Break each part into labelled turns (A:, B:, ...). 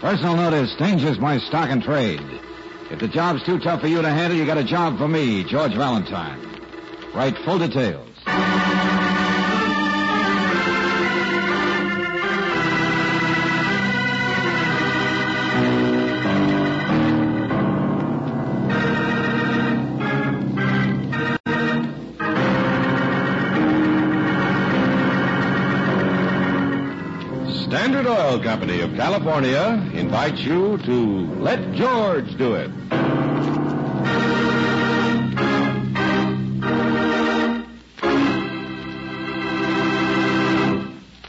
A: Personal notice, danger's my stock and trade. If the job's too tough for you to handle, you got a job for me, George Valentine. Write full details.
B: Standard Oil Company of California invites you to Let George Do It.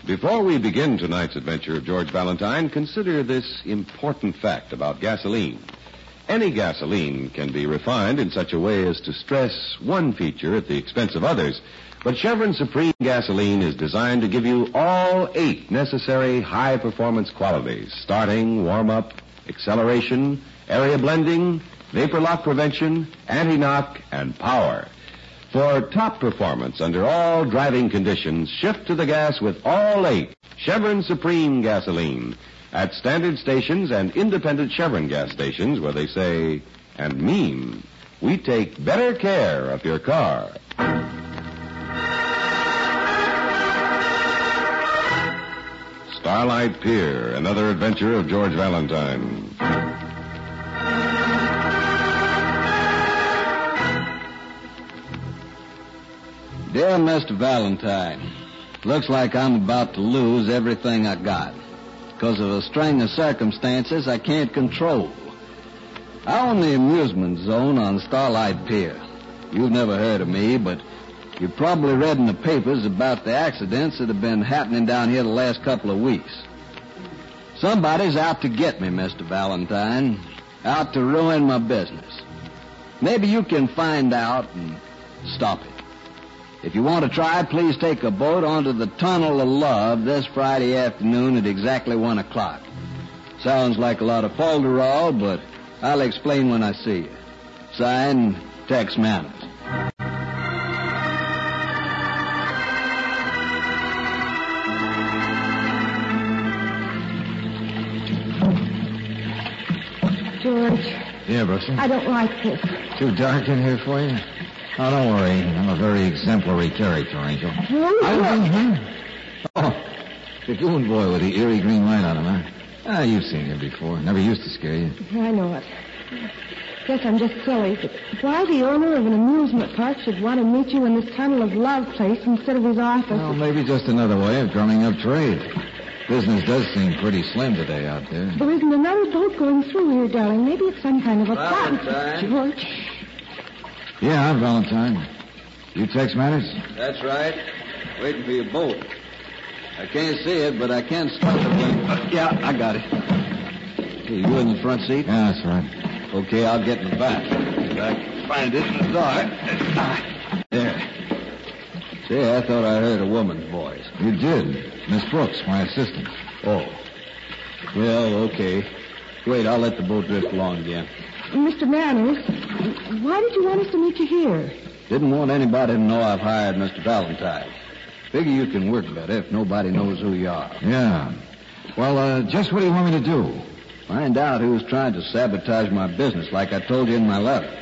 B: Before we begin tonight's adventure of George Valentine, consider this important fact about gasoline. Any gasoline can be refined in such a way as to stress one feature at the expense of others. But Chevron Supreme gasoline is designed to give you all eight necessary high performance qualities starting, warm up, acceleration, area blending, vapor lock prevention, anti knock, and power. For top performance under all driving conditions, shift to the gas with all eight Chevron Supreme gasoline at standard stations and independent Chevron gas stations where they say and mean we take better care of your car. Starlight Pier, another adventure of George Valentine.
A: Dear Mr. Valentine, looks like I'm about to lose everything I got because of a string of circumstances I can't control. I own the amusement zone on Starlight Pier. You've never heard of me, but you probably read in the papers about the accidents that have been happening down here the last couple of weeks. Somebody's out to get me, Mr. Valentine, out to ruin my business. Maybe you can find out and stop it. If you want to try, please take a boat onto the Tunnel of Love this Friday afternoon at exactly one o'clock. Sounds like a lot of folderol, but I'll explain when I see you. Signed, Tex Manners.
C: George,
A: Yeah, Russell.
C: I don't like this.
A: Too dark in here for you? Oh, don't worry. I'm a very exemplary character, Angel.
C: You
A: I was in here. Oh, the goon boy with the eerie green light on him, huh? Ah, you've seen him before. Never used to scare you.
C: I know it. Guess I'm just silly, but why the owner of an amusement park should want to meet you in this Tunnel of Love place instead of his office?
A: Well, maybe just another way of drumming up trade. Business does seem pretty slim today out there.
C: There isn't another boat going through here, darling. Maybe it's some kind of a plot.
D: Valentine.
C: George,
A: Yeah, I'm Valentine. You text matters?
D: That's right. Waiting for your boat. I can't see it, but I can spot the plane.
A: Uh,
D: yeah, I got it. Hey, you in the front seat?
A: Yeah, that's right.
D: Okay, I'll get in the back. If I can find it in the dark. Ah, There. See, I thought I heard a woman's voice.
A: You did. Miss Brooks, my assistant.
D: Oh. Well, okay. Wait, I'll let the boat drift along again.
C: Mr. Manners, why did you want us to meet you here?
D: Didn't want anybody to know I've hired Mr. Valentine. Figure you can work better if nobody knows who you are.
A: Yeah. Well, uh, just what do you want me to do?
D: Find out who's trying to sabotage my business, like I told you in my letter.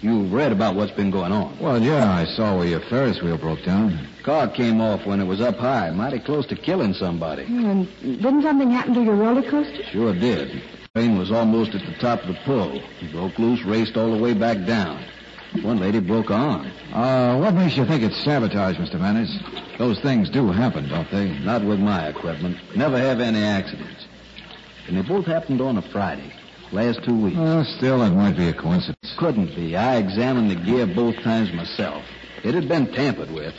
D: You've read about what's been going on.
A: Well, yeah, I saw where your Ferris wheel broke down.
D: Car came off when it was up high, mighty close to killing somebody.
C: Hmm, And didn't something happen to your roller coaster?
D: Sure did. Train was almost at the top of the pull. Broke loose, raced all the way back down. One lady broke her arm.
A: Uh, what makes you think it's sabotage, Mr. Manners? Those things do happen, don't they?
D: Not with my equipment. Never have any accidents. And they both happened on a Friday, last two weeks.
A: Well, still, it might be a coincidence.
D: Couldn't be. I examined the gear both times myself. It had been tampered with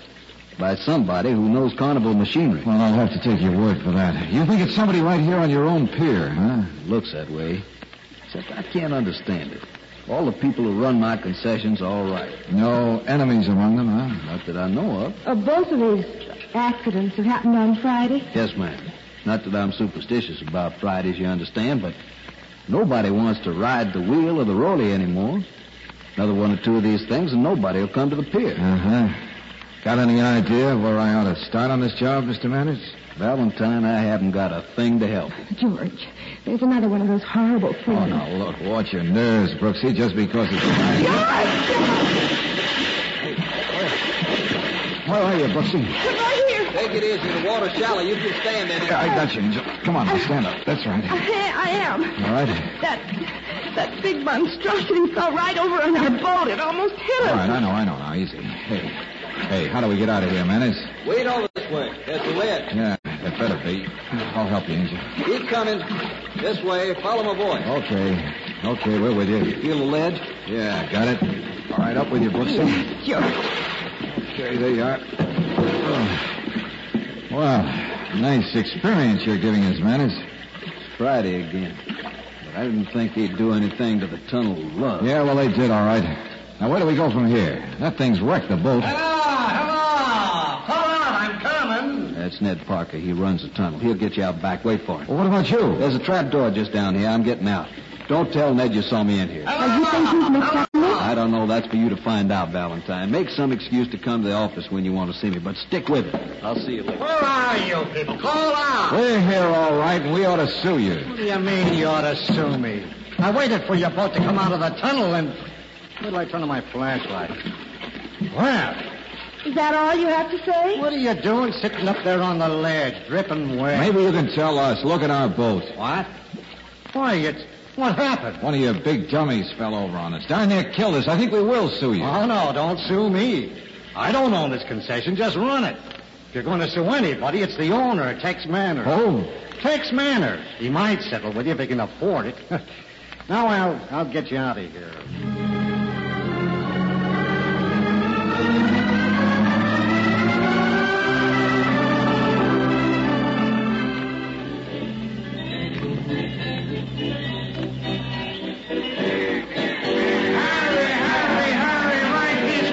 D: by somebody who knows carnival machinery.
A: Well, I'll have to take your word for that. You think it's somebody right here on your own pier, huh?
D: Looks that way. Except I can't understand it. All the people who run my concessions are all right.
A: No enemies among them, huh?
D: Not that I know of.
C: Uh, both of these accidents that happened on Friday.
D: Yes, ma'am. Not that I'm superstitious about Fridays, you understand, but nobody wants to ride the wheel or the rolly anymore. Another one or two of these things, and nobody will come to the pier.
A: Uh huh. Got any idea where I ought to start on this job, Mr. Manners?
E: Valentine, I haven't got a thing to help you.
F: George, there's another one of those horrible things.
A: Oh, now, look, watch your nerves, Brooksy, just because it's... Where are you, Brooksy?
F: Right here.
E: Take it easy. The water's shallow. You can stand in it.
A: Yeah, I got you. Angel. Come on, now, stand up. That's right.
F: I, I am.
A: All right.
F: That that big monstrosity fell right over on our boat. It almost hit
A: All
F: us.
A: right, I know, I know. Now, easy. Hey, hey, how do we get out of here, Manners?
E: Wade over this way. That's the lead.
A: Yeah, it better be. I'll help you, Angel.
E: Keep coming. This way. Follow my voice.
A: Okay, okay, we're with you.
E: Feel the lead?
A: Yeah, got it. All right, up with you, Brooksy.
F: George,
A: Okay, there you are. Oh. Well, nice experience you're giving us, Manners.
E: It's Friday again. But I didn't think he'd do anything to the tunnel of love.
A: Yeah, well, they did all right. Now, where do we go from here? That thing's wrecked the boat.
E: That's Ned Parker. He runs the tunnel. He'll get you out back. Wait for him.
A: Well, what about you?
E: There's a trap door just down here. I'm getting out. Don't tell Ned you saw me in here.
F: you think he's McDonald?
E: I don't know. That's for you to find out, Valentine. Make some excuse to come to the office when you want to see me, but stick with it. I'll see you later.
A: We're here all right, and we ought to sue you.
G: What do you mean you ought to sue me? I waited for your boat to come out of the tunnel and. Where did I turn on my flashlight? Well,
F: Is that all you have to say?
G: what are you doing sitting up there on the ledge, dripping wet?
A: Maybe you can tell us. Look at our boat.
G: What? Why, it's. What happened?
A: One of your big dummies fell over on us. Darn near killed us. I think we will sue you.
G: Oh, no, don't sue me. I don't own this concession. Just run it. If you're going to sue anybody, it's the owner, Tex Manor.
A: Oh,
G: Tex Manor. He might settle with you if he can afford it. now I'll, I'll get you out of here. Take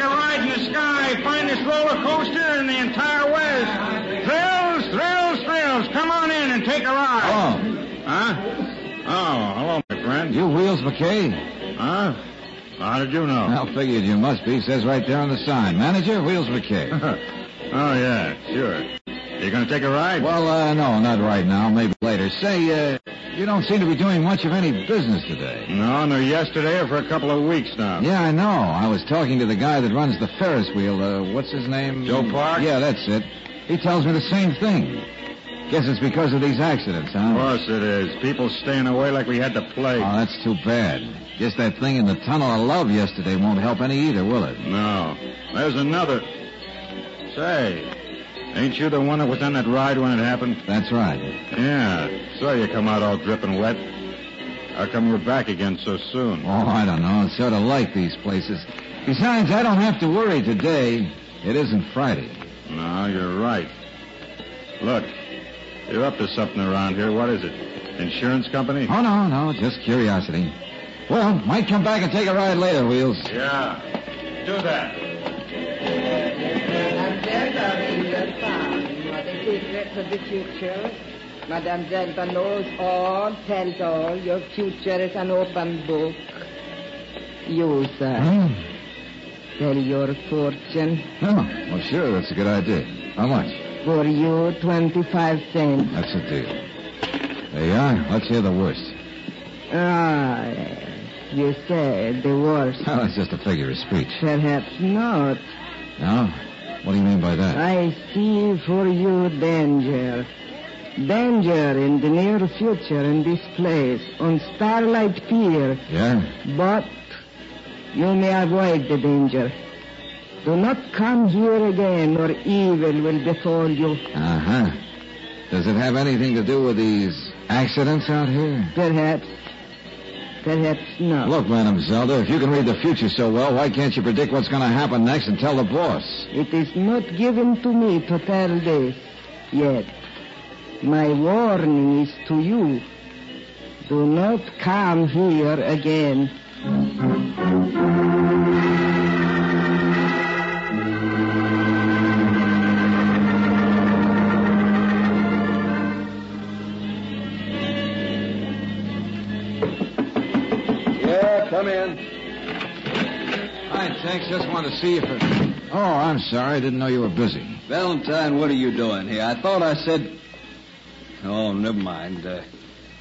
G: a ride in the sky, finest roller coaster in the entire West. Thrills, thrills, thrills. Come on in and take a ride.
A: oh.
G: Huh? Oh, hello, my friend.
A: You Wheels McKay?
G: Huh? How did you know?
A: Well, figured you must be. Says right there on the sign. Manager, Wheels McKay.
G: oh, yeah, sure. You gonna take a ride?
A: Well, uh, no, not right now. Maybe later. Say, uh, you don't seem to be doing much of any business today.
G: No, no, yesterday or for a couple of weeks now.
A: Yeah, I know. I was talking to the guy that runs the Ferris wheel. Uh, what's his name?
G: Joe Park?
A: Yeah, that's it. He tells me the same thing. Guess it's because of these accidents, huh?
G: Of course it is. People staying away like we had to play.
A: Oh, that's too bad. Guess that thing in the tunnel of love yesterday won't help any either, will it?
G: No. There's another. Say, ain't you the one that was on that ride when it happened?
A: That's right.
G: Yeah. Saw you come out all dripping wet. How come we're back again so soon?
A: Oh, I don't know. It's sort of like these places. Besides, I don't have to worry today. It isn't Friday.
G: No, you're right. Look, you're up to something around here. What is it? Insurance company?
A: Oh, no, no, just curiosity. Well, might come back and take a ride later, Wheels.
G: Yeah. Do that.
C: Mademoiselle Darina found what the secrets of the future. Madame Delta knows all, tells all. Your future is an open book. You, sir,
A: Hmm.
C: tell your fortune.
A: Oh, well, sure, that's a good idea. How much?
C: For you, 25 cents.
A: That's a deal. There you are. Let's hear the worst.
C: Ah, yes. You said the worst.
A: Well, that's just a figure of speech.
C: Perhaps not.
A: No? What do you mean by that?
C: I see for you danger. Danger in the near future in this place, on Starlight Pier.
A: Yeah?
C: But you may avoid the danger. Do not come here again, or evil will befall you.
A: Uh-huh. Does it have anything to do with these accidents out here?
C: Perhaps, perhaps not.
A: Look, Madam Zelda, if you can read the future so well, why can't you predict what's going to happen next and tell the boss?
C: It is not given to me to tell this yet. My warning is to you. Do not come here again.
E: Yeah, come in.
A: Hi, Tex. Just want to see you for... Oh, I'm sorry. I didn't know you were busy.
H: Valentine, what are you doing here? I thought I said. Oh, never mind. Uh,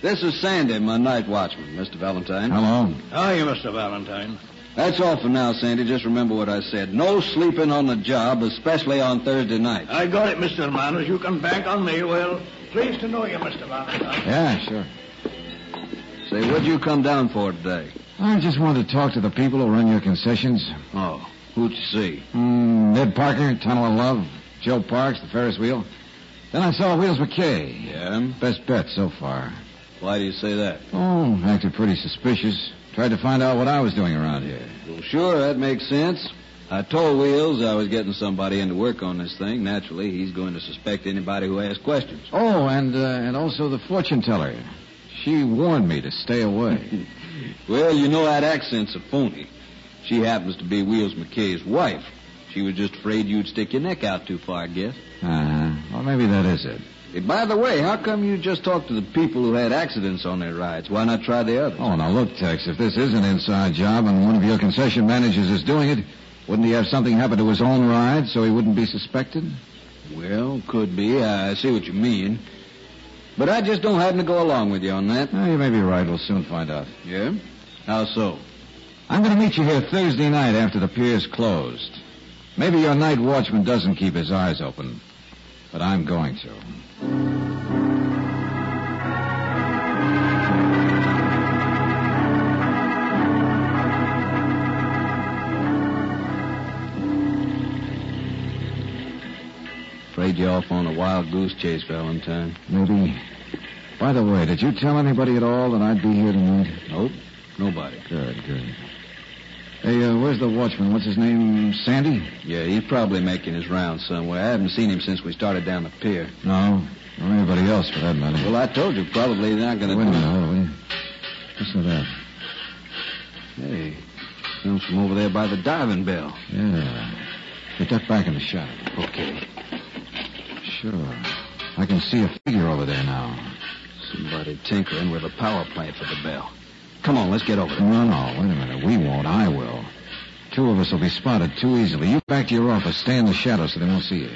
H: this is Sandy, my night watchman, Mr. Valentine.
A: Hello.
I: How are Ah, you, Mr. Valentine?
H: That's all for now, Sandy. Just remember what I said. No sleeping on the job, especially on Thursday night.
I: I got it, Mr. Hermanos. You can bank on me. Well, pleased to know you, Mr. Valentine.
A: Yeah, sure.
H: Say, what'd you come down for today?
A: I just wanted to talk to the people who run your concessions.
H: Oh, who'd you see?
A: Mm, Ned Parker, Tunnel of Love, Joe Parks, the Ferris wheel. Then I saw Wheels McKay.
H: Yeah?
A: Best bet so far.
H: Why do you say that?
A: Oh, acted pretty suspicious. Tried to find out what I was doing around here.
H: Well, sure, that makes sense. I told Wheels I was getting somebody in to work on this thing. Naturally, he's going to suspect anybody who asks questions.
A: Oh, and uh, and also the fortune teller. She warned me to stay away.
H: Well, you know that accent's a phony. She happens to be Wheels McKay's wife. She was just afraid you'd stick your neck out too far, I guess.
A: uh Well, maybe that is it.
H: Hey, by the way, how come you just talked to the people who had accidents on their rides? Why not try the others?
A: Oh, now look, Tex. If this is an inside job and one of your concession managers is doing it, wouldn't he have something happen to his own ride so he wouldn't be suspected?
H: Well, could be. I see what you mean. But I just don't happen to go along with you on that.
A: Oh, you may be right. We'll soon find out.
H: Yeah? How so?
A: I'm going to meet you here Thursday night after the pier's closed. Maybe your night watchman doesn't keep his eyes open, but I'm going to.
H: Afraid you're off on a wild goose chase, Valentine.
A: Maybe. By the way, did you tell anybody at all that I'd be here tonight?
H: Nope. Nobody.
A: Good, good. Hey, uh, where's the watchman? What's his name? Sandy?
H: Yeah, he's probably making his rounds somewhere. I haven't seen him since we started down the pier.
A: No. Or anybody else, for that matter.
H: Well, I told you, probably they're not
A: Wait a
H: going to.
A: minute, hold on, will you? Listen to that.
H: Hey, sounds from over there by the diving bell.
A: Yeah. Get that back in the shot.
H: Okay.
A: Sure. I can see a figure over there now.
H: Somebody tinkering with a power plant for the bell. Come on, let's get over there.
A: No, no, wait a minute. We won't. I will. Two of us will be spotted too easily. You back to your office. Stay in the shadow so they won't see you.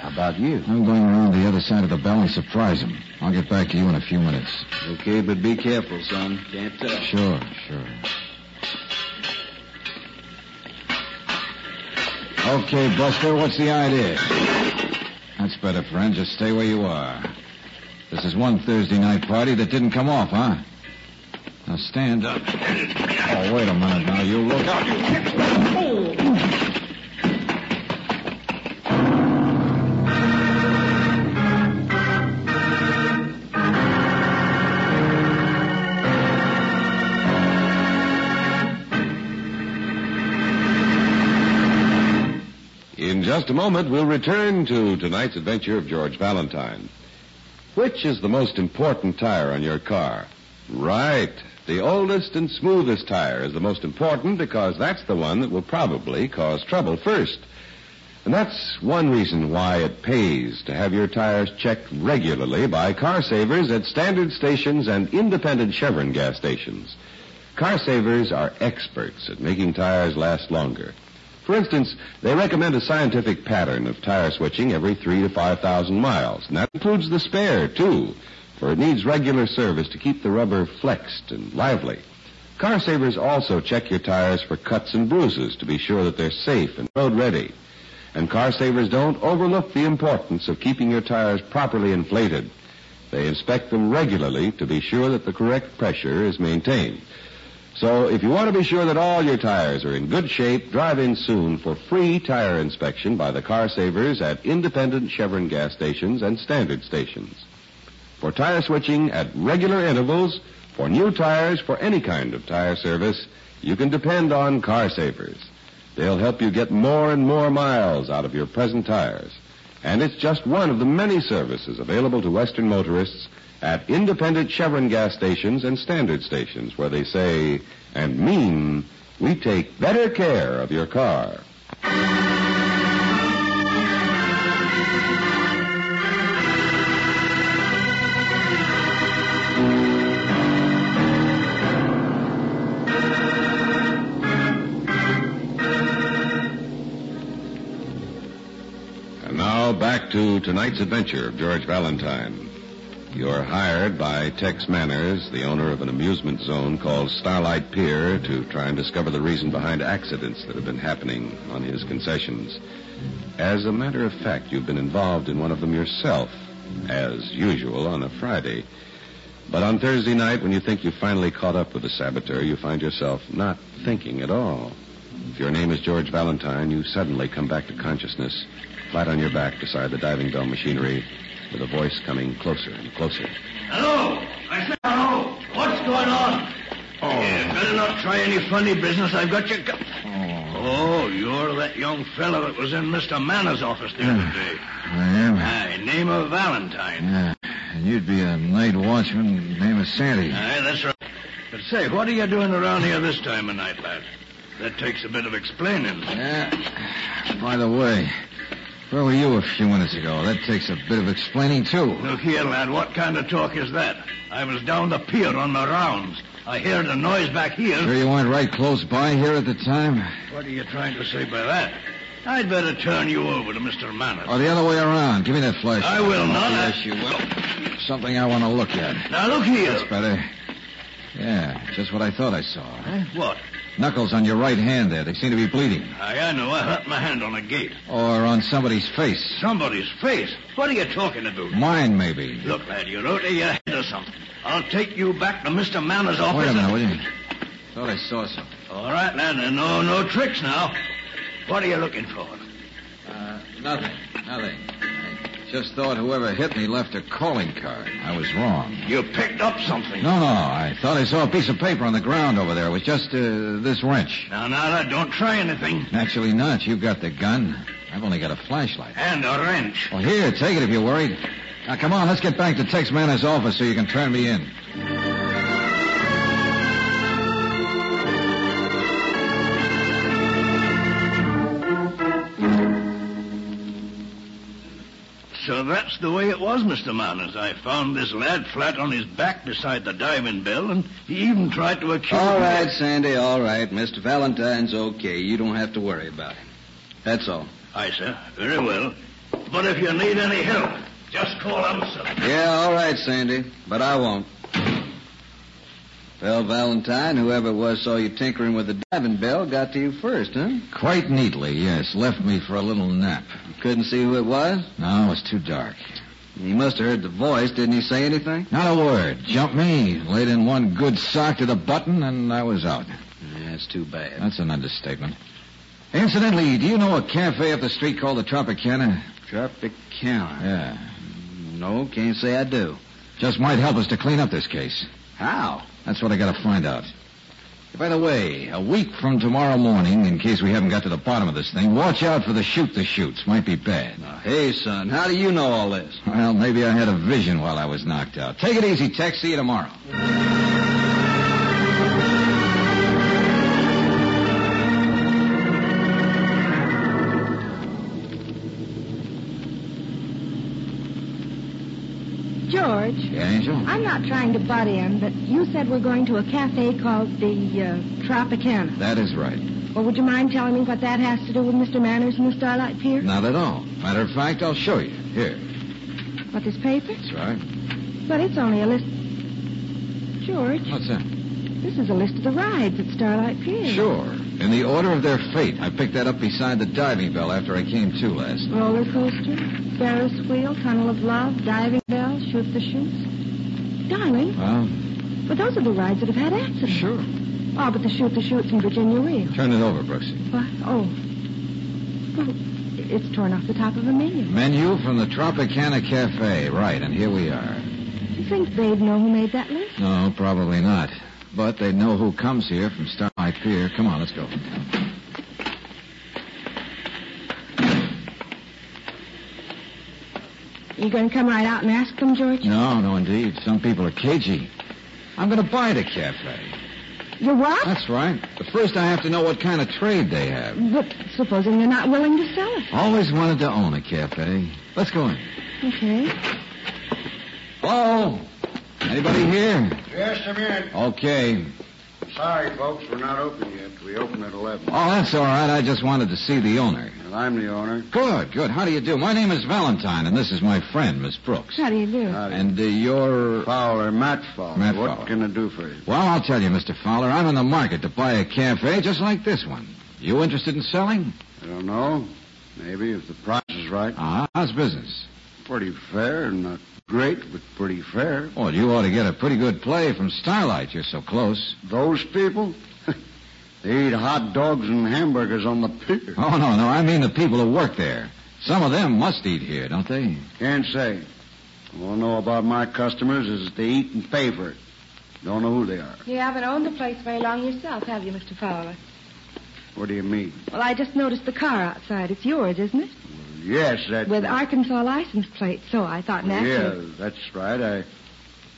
H: How about you?
A: I'm going around the other side of the bell and surprise them. I'll get back to you in a few minutes.
H: Okay, but be careful, son. Can't tell.
A: Sure, sure. Okay, Buster, what's the idea? That's better, friend. Just stay where you are. This is one Thursday night party that didn't come off, huh? Now stand up. Oh, wait a minute now. You look out.
G: In just a moment, we'll return to tonight's adventure of George Valentine. Which is the most important tire on your car? Right. The oldest and smoothest tire is the most important because that's the one that will probably cause trouble first. And that's one reason why it pays to have your tires checked regularly by car savers at standard stations and independent Chevron gas stations. Car savers are experts at making tires last longer. For instance, they recommend a scientific pattern of tire switching every three to five thousand miles, and that includes the spare too, for it needs regular service to keep the rubber flexed and lively. Car savers also check your tires for cuts and bruises to be sure that they're safe and road ready. And car savers don't overlook the importance of keeping your tires properly inflated. They inspect them regularly to be sure that the correct pressure is maintained. So if you want to be sure that all your tires are in good shape, drive in soon for free tire inspection by the car savers at independent Chevron gas stations and standard stations. For tire switching at regular intervals, for new tires, for any kind of tire service, you can depend on car savers. They'll help you get more and more miles out of your present tires. And it's just one of the many services available to Western motorists at independent Chevron gas stations and standard stations where they say and mean we take better care of your car. back to tonight's adventure of George Valentine. You're hired by Tex Manners, the owner of an amusement zone called Starlight Pier, to try and discover the reason behind accidents that have been happening on his concessions. As a matter of fact, you've been involved in one of them yourself, as usual, on a Friday. But on Thursday night, when you think you've finally caught up with the saboteur, you find yourself not thinking at all. If your name is George Valentine, you suddenly come back to consciousness, flat on your back beside the diving bell machinery, with a voice coming closer and closer.
I: Hello! I said hello! What's going on? Oh. You better not try any funny business. I've got your... gu- Oh, you're that young fellow that was in Mr. Manners' office the other day.
A: I am.
I: Aye, name of Valentine.
A: Yeah. And you'd be a night watchman named Sandy.
I: Aye, that's right. But say, what are you doing around here this time of night, lad? That takes a bit of explaining.
A: Yeah. By the way, where were you a few minutes ago? That takes a bit of explaining, too.
I: Look here, lad, what kind of talk is that? I was down the pier on my rounds. I heard a noise back here.
A: Sure you weren't right close by here at the time?
I: What are you trying to say by that? I'd better turn you over to Mr. Manners.
A: Or the other way around? Give me that flash.
I: I will not.
A: Yes, you will. Something I want to look at.
I: Now look here.
A: That's better. Yeah, just what I thought I saw.
I: What?
A: Knuckles on your right hand there. They seem to be bleeding.
I: I, I know. I hurt my hand on a gate.
A: Or on somebody's face.
I: Somebody's face. What are you talking about?
A: Mine, maybe.
I: Look, lad, you're out of your head or something. I'll take you back to Mr. Manners' office.
A: Wait a
I: and-
A: minute, will you? Thought I saw something.
I: All right, lad. now, No, no tricks now. What are you looking for?
A: Uh, nothing. Nothing. I just thought whoever hit me left a calling card. I was wrong.
I: You picked up something.
A: No, no. I thought I saw a piece of paper on the ground over there. It was just uh, this wrench.
I: Now, now, lad, don't try anything.
A: Naturally not. You've got the gun. I've only got a flashlight.
I: And a wrench.
A: Well, here, take it if you're worried. Now, come on, let's get back to Tex Manners' office so you can turn me in.
I: So that's the way it was, Mr. Manners. I found this lad flat on his back beside the diving bell, and he even tried to accuse
H: All
I: me.
H: right, Sandy, all right. Mr. Valentine's okay. You don't have to worry about him. That's all.
I: Aye, sir. Very well. But if you need any help, just call out, sir.
H: Yeah, all right, Sandy, but I won't. Well, Valentine, whoever it was saw you tinkering with the diving bell got to you first, huh?
A: Quite neatly, yes. Left me for a little nap.
H: Couldn't see who it was?
A: No, it was too dark.
H: He must have heard the voice. Didn't he say anything?
A: Not a word. Jumped me, laid in one good sock to the button, and I was out.
H: Yeah, that's too bad.
A: That's an understatement. Incidentally, do you know a cafe up the street called the Tropicana?
H: Tropicana.
A: Yeah.
H: No, can't say I do.
A: Just might help us to clean up this case.
H: How?
A: That's what I gotta find out. By the way, a week from tomorrow morning, in case we haven't got to the bottom of this thing, watch out for the shoot the shoots. Might be bad.
H: Now, hey, son, how do you know all this?
A: Well, maybe I had a vision while I was knocked out. Take it easy, Tex. See you tomorrow.
C: George,
A: Yeah, Angel?
C: I'm not trying to butt in, but you said we're going to a cafe called the uh, Tropicana.
A: That is right.
C: Well, would you mind telling me what that has to do with Mr. Manners and the Starlight Pier?
A: Not at all. Matter of fact, I'll show you. Here.
C: What, this paper?
A: That's right.
C: But it's only a list. George,
A: What's
H: Hmm.
A: that?
C: this is a list of the rides at Starlight Pier.
A: Sure. In the order of their fate. I picked that up beside the diving bell after I came to last.
C: Roller coaster, Ferris wheel, tunnel of love, diving bell, shoot the chutes. Darling,
A: Well,
C: but those are the rides that have had accidents.
A: sure.
C: Oh, but the shoot the chutes in Virginia Reel.
A: Turn it over, Brooksy.
C: What? Oh. Well, it's torn off the top of a menu.
A: Menu from the Tropicana Cafe. Right, and here we are.
C: You think they'd know who made that list?
A: No, probably not. But they know who comes here from Starlight Pier. Come on, let's go.
C: You going to come right out and ask them, George?
A: No, no, indeed. Some people are cagey. I'm going to buy the cafe.
C: You what?
A: That's right. But first, I have to know what kind of trade they have.
C: But supposing they're not willing to sell it.
A: Always wanted to own a cafe. Let's go in.
C: Okay.
A: Hello? Anybody here?
I: Yes, come in.
A: Okay.
E: Sorry, folks, we're not open yet. We open at 11.
A: Oh, that's all right. I just wanted to see the owner.
E: And I'm the owner.
A: Good, good. How do you do? My name is Valentine, and this is my friend, Miss Brooks.
C: How do you do?
E: Howdy.
A: And uh, you're.
E: Fowler, Matt Fowler.
A: Matt
E: what
A: Fowler.
E: can I do for you?
A: Well, I'll tell you, Mr. Fowler, I'm in the market to buy a cafe just like this one. You interested in selling?
E: I don't know. Maybe if the price is right.
A: Ah, how's business?
E: Pretty fair, not great, but pretty fair.
A: Well, Oh, you ought to get a pretty good play from Starlight. You're so close.
E: Those people, they eat hot dogs and hamburgers on the pier.
A: Oh, no, no. I mean the people who work there. Some of them must eat here, don't they?
E: Can't say. All I know about my customers is that they eat and pay for it. Don't know who they are.
C: You haven't owned the place very long yourself, have you, Mr. Fowler?
E: What do you mean?
C: Well, I just noticed the car outside. It's yours, isn't it?
E: Yes, that's...
C: With Arkansas license plate, so I thought naturally.
E: Yeah, that's right. I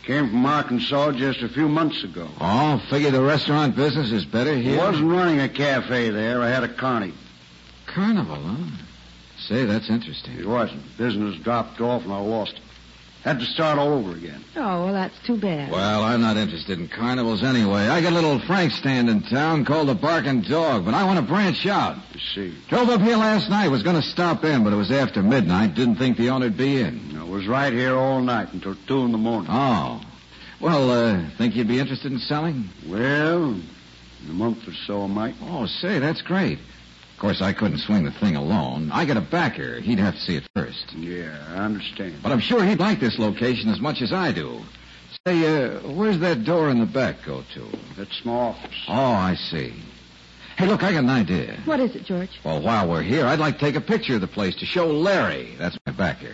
E: came from Arkansas just a few months ago.
A: Oh, figure the restaurant business is better here.
E: Wasn't running a cafe there. I had a carny.
A: Carnival, huh? Say, that's
E: It
A: interesting.
E: wasn't. Business dropped off and I lost it. Had to start all over again.
C: Oh, well, that's too bad.
A: Well, I'm not interested in carnivals anyway. I got a little Frank stand in town called the Barking Dog, but I want to branch out.
E: You see.
A: Drove up here last night, was going to stop in, but it was after midnight. Didn't think the owner'd be in.
E: I was right here all night until two in the morning.
A: Oh. Well, uh, think you'd be interested in selling?
E: Well, in a month or so I might.
A: Oh, say, that's great. Of course, I couldn't swing the thing alone. I got a backer. He'd have to see it first.
E: Yeah, I understand.
A: But I'm sure he'd like this location as much as I do. Say, uh, where's that door in the back go to?
E: That's my office.
A: Oh, I see. Hey, look, I got an idea.
C: What is it, George?
A: Well, while we're here, I'd like to take a picture of the place to show Larry. That's my backer.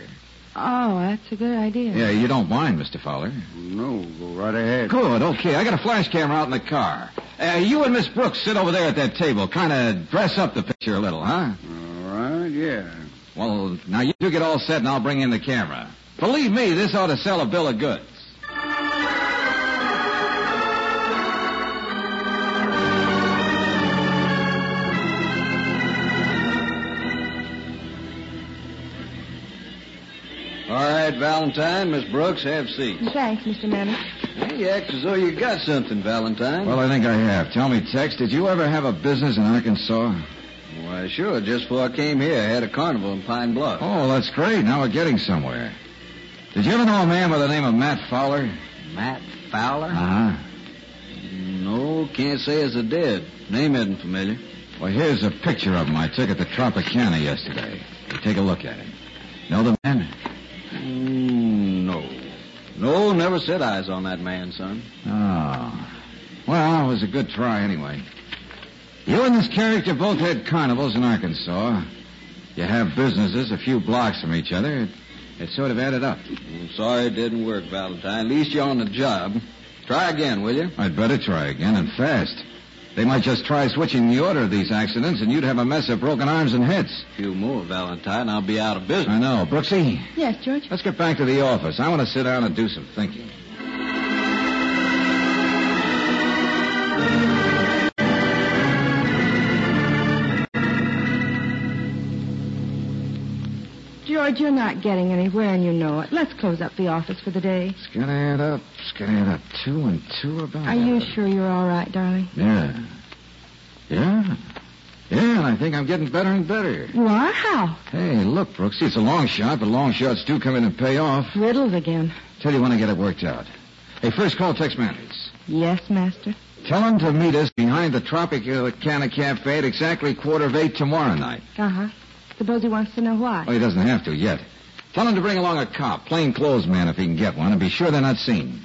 C: Oh, that's a good idea.
A: Yeah, you don't mind, Mr. Fowler.
E: No, go right ahead.
A: Good, okay. I got a flash camera out in the car. Uh, you and Miss Brooks sit over there at that table. Kind of dress up the picture a little, huh?
E: All right, yeah.
A: Well, now you two get all set and I'll bring in the camera. Believe me, this ought to sell a bill of goods.
H: All right, Valentine, Miss Brooks, have seats.
C: Thanks, Mr. Manning.
H: Hey, you act as though you got something, Valentine.
A: Well, I think I have. Tell me, Tex, did you ever have a business in Arkansas?
H: Why, sure. Just before I came here, I had a carnival in Pine Bluff.
A: Oh, that's great. Now we're getting somewhere. Did you ever know a man by the name of Matt Fowler?
H: Matt Fowler?
A: Uh-huh.
H: No, can't say as I did. Name isn't familiar.
A: Well, here's a picture of him I took at the Tropicana yesterday. You take a look at him. Know the man?
H: Mm, no. No, never set eyes on that man, son.
A: Oh. Well, it was a good try anyway. You and this character both had carnivals in Arkansas. You have businesses a few blocks from each other. It, it sort of added up.
H: I'm Mm, sorry it didn't work, Valentine. At least you're on the job. Try again, will you?
A: I'd better try again and fast. They might just try switching the order of these accidents, and you'd have a mess of broken arms and heads.
H: A few more, Valentine. I'll be out of
A: I
H: business.
A: know. Brooksy,
C: Yes, George?
A: let's get back to the office. I want to sit down and do some thinking.
C: George, you're not getting anywhere, and you know it. Let's close up the office for the day.
A: It's gonna add up. It's gonna add up two and two about.
C: Are you
A: sure?
C: sure you're all right, darling?
A: Yeah. Yeah. Yeah, and I think I'm getting better and better.
C: You are? How?
A: Hey, look, Brooksy, it's a long shot, but long shots do come in and pay off.
C: Riddles again.
A: Tell you when I get it worked out. Hey, first call Tex Manners.
C: Yes, Master.
A: Tell him to meet us behind the Tropicana Cafe at exactly quarter of eight tomorrow night.
C: Uh huh. Suppose he wants to know
A: Oh,
C: why.
A: he doesn't have to yet. Tell him to bring along a cop, plainclothes man if he can get one, and be sure they're not seen.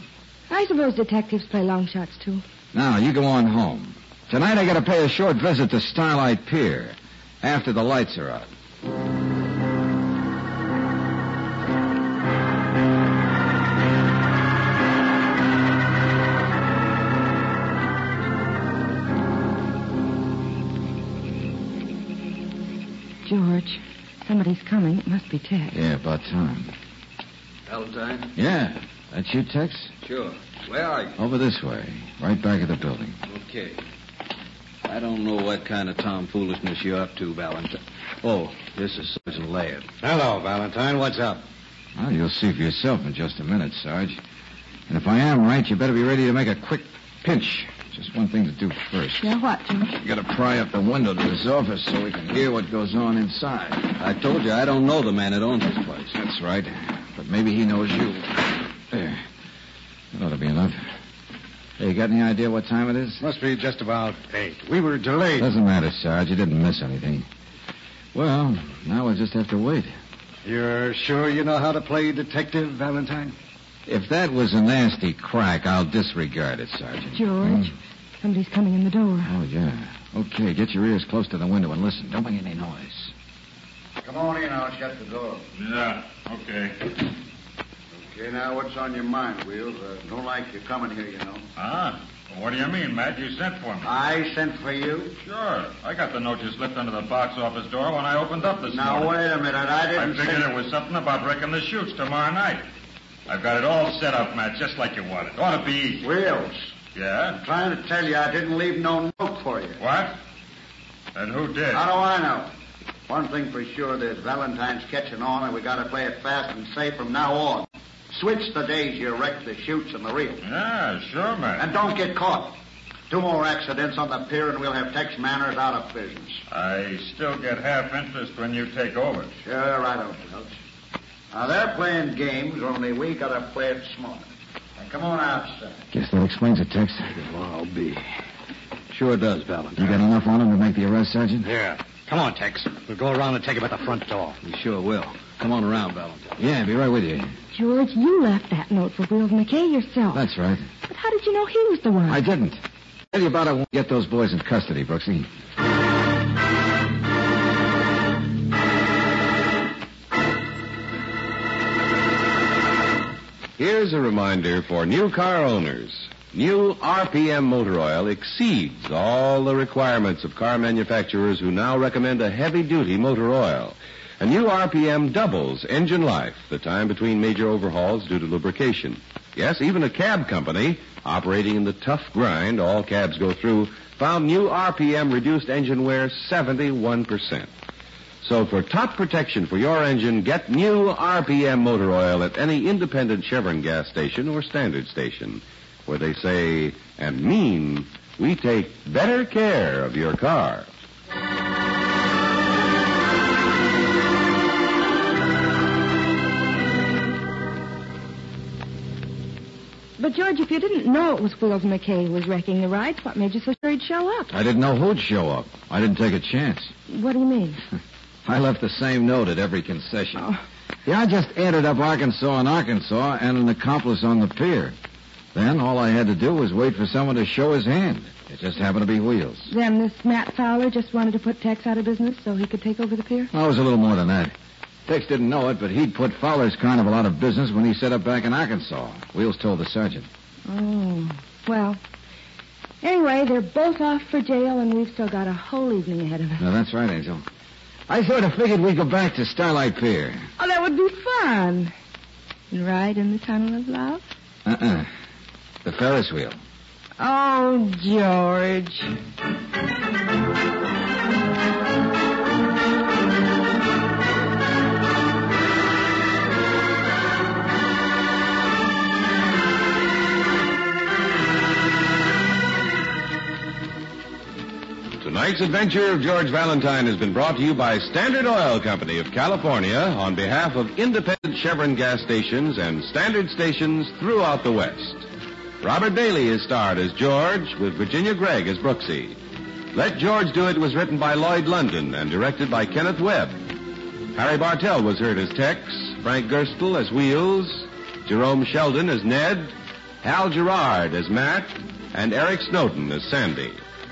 C: I suppose detectives play long shots, too.
A: Now, you go on home. Tonight I gotta pay a short visit to Starlight Pier after the lights are out.
C: George, somebody's coming. It must be Tex.
A: Yeah, about time.
H: Valentine?
A: Yeah. That's you, Tex?
H: Sure. Where are you?
A: Over this way. Right back of the building.
H: Okay. I don't know what kind of tom foolishness you're up to, Valentine. Oh, this is Sergeant Ladd.
E: Hello, Valentine. What's up?
A: Well, you'll see for yourself in just a minute, Sarge. And if I am right, you better be ready to make a quick pinch. Just one thing to do first.
C: Now what, Jimmy?
A: We gotta pry up the window to this office so we can hear what goes on inside.
H: I told you I don't know the man that owns this place.
A: That's right. But maybe he knows you. There. That ought to be enough. Hey, you got any idea what time it is?
J: Must be just about eight. We were delayed.
A: Doesn't matter, Sarge. You didn't miss anything. Well, now we'll just have to wait.
J: You're sure you know how to play detective, Valentine?
A: If that was a nasty crack, I'll disregard it, Sergeant.
C: George, Hmm. somebody's coming in the door.
A: Oh, yeah. Okay, get your ears close to the window and listen. Don't make any noise.
J: Come on in. I'll shut the door.
K: Yeah, okay.
J: Okay, now what's on your mind, Wheels? I don't like you coming here, you know.
K: Ah, well, what do you mean, Matt? You sent for me.
J: I sent for you.
K: Sure. I got the note you slipped under the box office door when I opened up this
J: Now,
K: morning.
J: wait a minute.
K: I
J: I didn't
K: figured
J: send-
K: it was something about wrecking the shoots tomorrow night. I've got it all set up, Matt, just like you wanted. Ought to be easy.
J: Wheels,
K: Yeah?
J: I'm trying to tell you I didn't leave no note for you.
K: What? And who did?
J: How do I know? One thing for sure, there's Valentine's catching on, and we got to play it fast and safe from now on. Switch the days you wreck the chutes and the reel.
K: Yeah, sure, Matt.
J: And don't get caught. Two more accidents on the pier, and we'll have Tex Manners out of business.
K: I still get half interest when you take over.
J: Sure, right on, Phelps. Now, they're playing games, only we got to play it smart. Now, come on outside.
A: Guess that explains it, Tex.
E: I'll be. Sure does,
A: You
E: Valentine.
A: got enough on him to make the arrest, Sergeant?
J: Yeah. Come on, Tex. We'll go around and take him at the front door.
E: You sure will. Come on around, Valentine.
A: Yeah, be right with you.
C: George, you left that note for Wills McKay yourself.
A: That's right.
C: But how did you know he was the one?
A: I didn't. Tell you about it when we get those boys in custody, Brooksy.
G: Here's a reminder for new car owners. New RPM motor oil exceeds all the requirements of car manufacturers who now recommend a heavy duty motor oil. A new RPM doubles engine life, the time between major overhauls due to lubrication. Yes, even a cab company operating in the tough grind all cabs go through found new RPM reduced engine wear 71%. So for top protection for your engine, get new RPM motor oil at any independent Chevron gas station or standard station, where they say and mean we take better care of your car.
C: But, George, if you didn't know it was Wills McKay who was wrecking the rides, what made you so sure he'd show up?
A: I didn't know who'd show up. I didn't take a chance.
C: What do you mean?
A: I left the same note at every concession.
C: Oh.
A: Yeah, I just added up Arkansas and Arkansas and an accomplice on the pier. Then all I had to do was wait for someone to show his hand. It just happened to be Wheels.
C: Then this Matt Fowler just wanted to put Tex out of business so he could take over the pier?
A: Well, it was a little more than that. Tex didn't know it, but he'd put Fowler's carnival out of business when he set up back in Arkansas. Wheels told the sergeant.
C: Oh, well. Anyway, they're both off for jail, and we've still got a whole evening ahead of us.
A: Now, that's right, Angel. I sort of figured we'd go back to Starlight Pier.
C: Oh, that would be fun. And ride in the tunnel of love.
A: Uh-uh. The Ferris wheel.
C: Oh, George.
G: Tonight's adventure of George Valentine has been brought to you by Standard Oil Company of California on behalf of independent Chevron gas stations and standard stations throughout the West. Robert Bailey is starred as George with Virginia Gregg as Brooksy. Let George Do It was written by Lloyd London and directed by Kenneth Webb. Harry Bartell was heard as Tex, Frank Gerstle as Wheels, Jerome Sheldon as Ned, Hal Gerard as Matt, and Eric Snowden as Sandy.